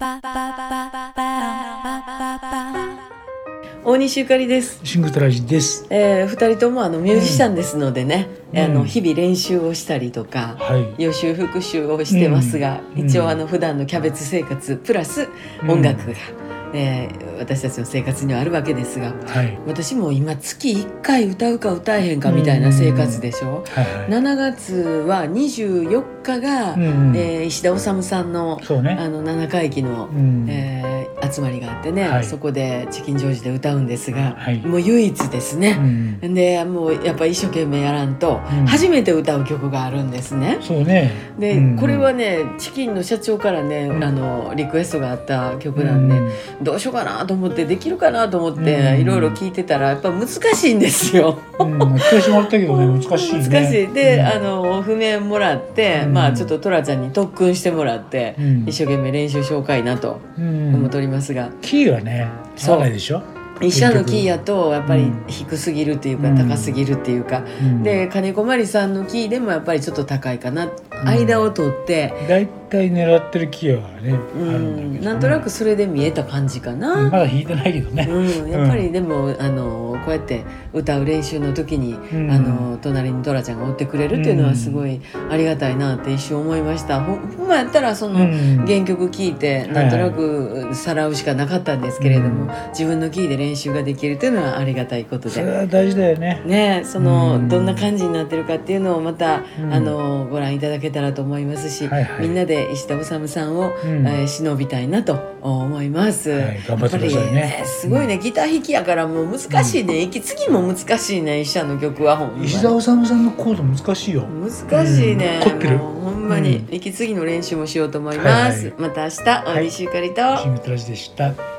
ba ba ba ba ba ba ba 大西ゆかりです。シングトラジです。えー、二人ともあのミュージシャンですのでね、うんあのうん日々練習をしたりとか、はい。予習復習をしてますが、うん一う応んあの普段のキャベツ生活プラスうん音楽が、えー私たちの生活にはあるわけですが、はい。私も今月1回歌うか歌えへんかみたいな生活でしょ。はいはい。 7月は24日が、うんうんえー石田治さんのそうね。あの7回忌のうん。えー集まりがあってね、はいそこでチキンジョージで歌うんですが、はいもう唯一ですうね、んでもうやっぱ一生懸命やらんと、うん初めて歌う曲があるんですねそうね。で、うんこれはねチキンの社長からね、んあのリクエストがあった曲なんで、うんどうしようかなと思ってできるかなと思って、うんいろいろ聞いてたらやっぱ難しいんですよ。うん。聞かしてもらったけど ね、難しいね。難しいで、うんあ。の譜面もらって、うんまあちょっとトラちゃんに特訓してもらって、うん一生懸命練習しようかいなとうん思っておりますが、キーはね、合わないでしょ。医者のキーやとやっぱうりん低すぎるっていうか、うん高すぎるっていうか、うんで金子まりさんのキーでもやっぱりちょっと高いかな、間を取って、だいたい狙ってるキーはね、うあるんだけどんねなんとなくそれで見えた感じかうんまな、だ弾いてないけどね。うんやっぱりでもあのこうやって歌う練習の時に、うんあの隣にドラちゃんがおってくれるっていうのはすごいありがたいなって一瞬思いました。ほんほんまやったらその、うん原曲聴いてなんとなくさらうしかなかったんですけれども、自分のキーで練習ができるというのはありがたいことそでれは大事だよね。ねえそうのんどんな感じになってるかっていうのをまた、うんあのご覧いただけたらと思いますし、はいはいみんなで石田治さんを、うんえー忍びたいなと思います。はい頑張ってくださいねやぱりすごいね、ギター弾きやからもう難しいね、息継ぎも難しいね石田の曲はほんまに石田治さんのコード難しいよ。難しいね、うん凝ってるもうほんまに、う息継ぎの練習もしようと思います、はいはいまた明日お会いしゆかりと、シングトラジでした。